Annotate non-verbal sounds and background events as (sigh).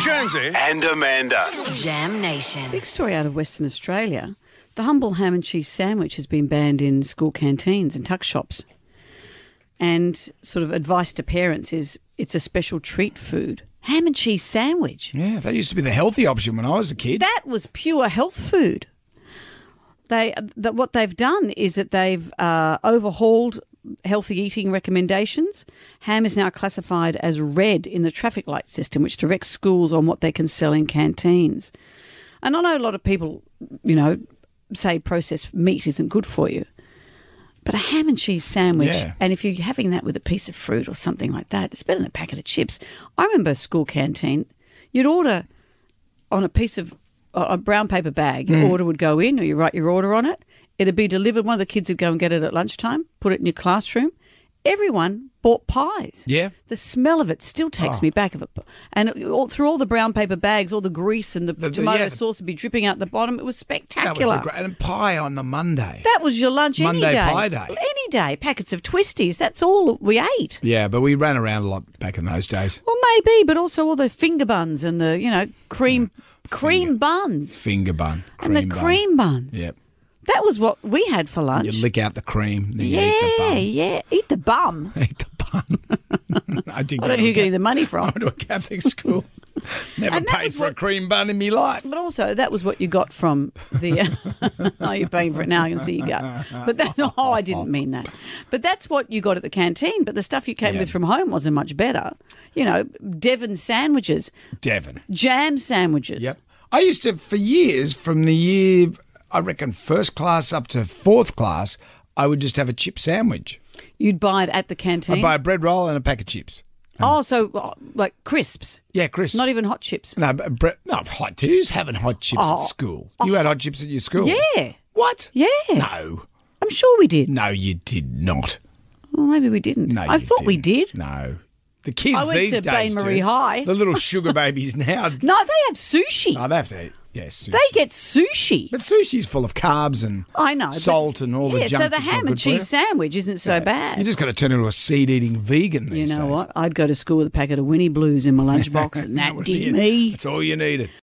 Jonesy and Amanda. Jam Nation. Big story out of Western Australia. The humble ham and cheese sandwich has been banned in school canteens and tuck shops. And sort of advice to parents is it's a special treat food. Ham and cheese sandwich. Yeah, that used to be the healthy option when I was a kid. That was pure health food. They that what they've done is that they've uh, overhauled healthy eating recommendations. Ham is now classified as red in the traffic light system, which directs schools on what they can sell in canteens. And I know a lot of people, you know, say processed meat isn't good for you. But a ham and cheese sandwich, Yeah. and if you're having that with a piece of fruit or something like that, it's better than a packet of chips. I remember school canteen, you'd order on a piece of a a brown paper bag. Hmm. Your order would go in, or you write your order on it. It'd be delivered. One of the kids would go and get it at lunchtime, put it in your classroom. Everyone bought pies. Yeah. Oh. The smell of it still takes me back of it. And it- all, through all the brown paper bags, all the grease and the, The- the- tomato yeah. sauce would be dripping out the bottom. It was That spectacular. was the great and pie on the Monday. That was your lunch Monday any day. pie day. Any day. Packets of twisties. That's all we ate. yeah, but we ran around a lot back in those days. Well, maybe, but also all the finger buns and the, you know, cream cream buns. Hmm. Finger bun, cream and the bun. cream buns. Yep. That was what we had for lunch. You lick out the cream, then you eat the yeah, bun. yeah. Eat the bum. (laughs) Eat the bun. (laughs) I did. I don't know who you're getting the money from. to a Catholic (laughs) school. Never And that paid was for a what- cream bun in my life. But also, that was what you got from the. (laughs) (laughs) oh, you're paying for it now. I can see you go. But that, (laughs) no, I didn't mean that. But that's what you got at the canteen. But the stuff you came Yeah. with from home wasn't much better. You know, Devon sandwiches, Devon. jam sandwiches. Yep. I used to, for years, from the year, I reckon, first class up to fourth class, I would just have a chip sandwich. You'd buy it at the I'd canteen. buy a bread roll and a pack of chips. oh, so uh, like crisps, Yeah, Chris. not even hot chips. no, but bre- no, hot. Who's having hot chips at Oh. school? You had hot chips at your school? Yeah, What? yeah. No. I'm sure we did. No, you did not. Well, maybe we didn't. No, I you thought we didn't. did. No. The kids I went these to days. Bain-Marie do. High. The (laughs) little sugar babies now. No, they have sushi. Oh, they have to eat. Yeah, sushi. they get sushi. But sushi's full of carbs and I know but- salt and all yeah, the junk. So the that's not ham and good for you. cheese sandwich isn't so bad. You just got to turn into a seed eating vegan You these know days. (laughs) what? I'd go to school with a packet of Winnie Blues in my lunchbox, and that What do did you- me. That's all you needed.